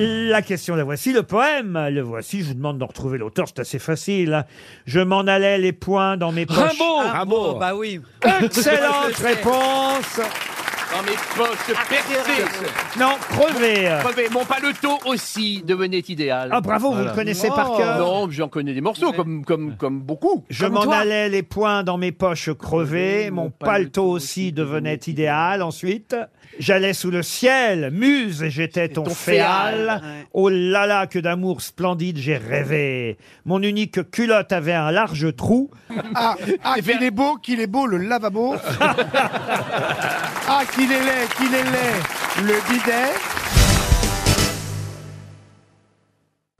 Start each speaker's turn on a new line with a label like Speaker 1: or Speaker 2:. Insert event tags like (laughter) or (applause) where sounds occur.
Speaker 1: La question, la voici. Le poème, le voici. Je vous demande d'en retrouver l'auteur, c'est assez facile. Je m'en allais les poings dans mes poches.
Speaker 2: (laughs)
Speaker 3: Rimbaud, bah oui.
Speaker 1: Excellente réponse
Speaker 2: Dans mes poches percées.
Speaker 1: Non, crevé
Speaker 2: Crevé. Mon paletot aussi devenait idéal.
Speaker 1: Ah bravo, vous le connaissez par cœur
Speaker 2: Non, j'en connais des morceaux, comme, comme, comme beaucoup.
Speaker 1: Je m'en allais les poings dans mes poches crevées, mon paletot aussi devenait idéal. Ensuite, j'allais sous le ciel, muse, et j'étais ton,
Speaker 2: ton
Speaker 1: féal.
Speaker 2: féal,
Speaker 1: Oh là là, que d'amour splendide j'ai rêvé. Mon unique culotte avait un large trou.
Speaker 4: Ah, ah, qu'il est beau, qu'il est beau, le lavabo. ah, qu'il est laid, qu'il est laid, le bidet.